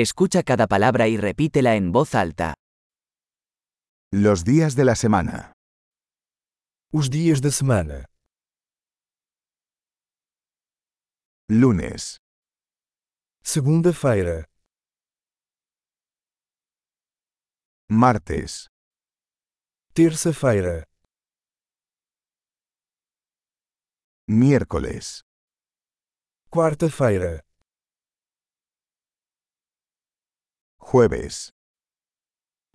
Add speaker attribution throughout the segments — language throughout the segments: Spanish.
Speaker 1: Escucha cada palabra y repítela en voz alta.
Speaker 2: Los días de la semana.
Speaker 3: Os dias da semana:
Speaker 2: Lunes,
Speaker 3: segunda-feira,
Speaker 2: martes,
Speaker 3: terça-feira,
Speaker 2: miércoles,
Speaker 3: quarta-feira,
Speaker 2: jueves,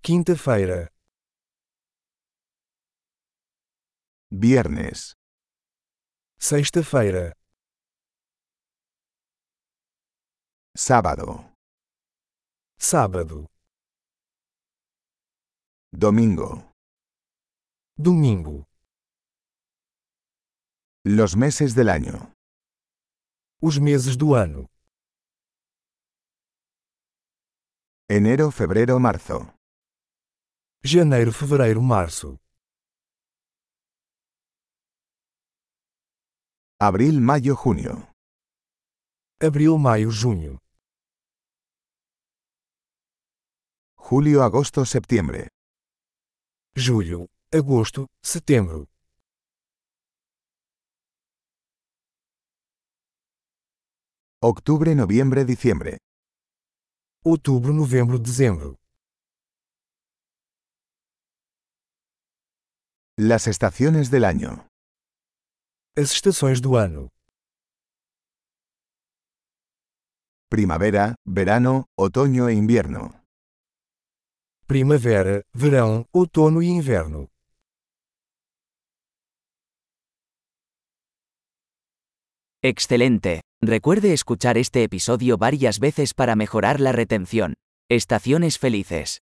Speaker 3: quinta-feira,
Speaker 2: viernes,
Speaker 3: sexta-feira,
Speaker 2: sábado,
Speaker 3: sábado,
Speaker 2: domingo.
Speaker 3: domingo.
Speaker 2: Los meses del año.
Speaker 3: Os meses do ano:
Speaker 2: Enero, febrero, marzo.
Speaker 3: janeiro, fevereiro, março,
Speaker 2: Abril, mayo, junio.
Speaker 3: abril, maio, junho,
Speaker 2: Julio, agosto, septiembre.
Speaker 3: julho, agosto, setembro,
Speaker 2: Octubre, noviembre, diciembre.
Speaker 3: outubro, novembro, dezembro.
Speaker 2: Las estaciones del año.
Speaker 3: As estações do ano:
Speaker 2: Primavera, verano, otoño e invierno.
Speaker 3: primavera, verão, outono e inverno.
Speaker 1: Excelente. Recuerde escuchar este episodio varias veces para mejorar la retención. Estaciones felices.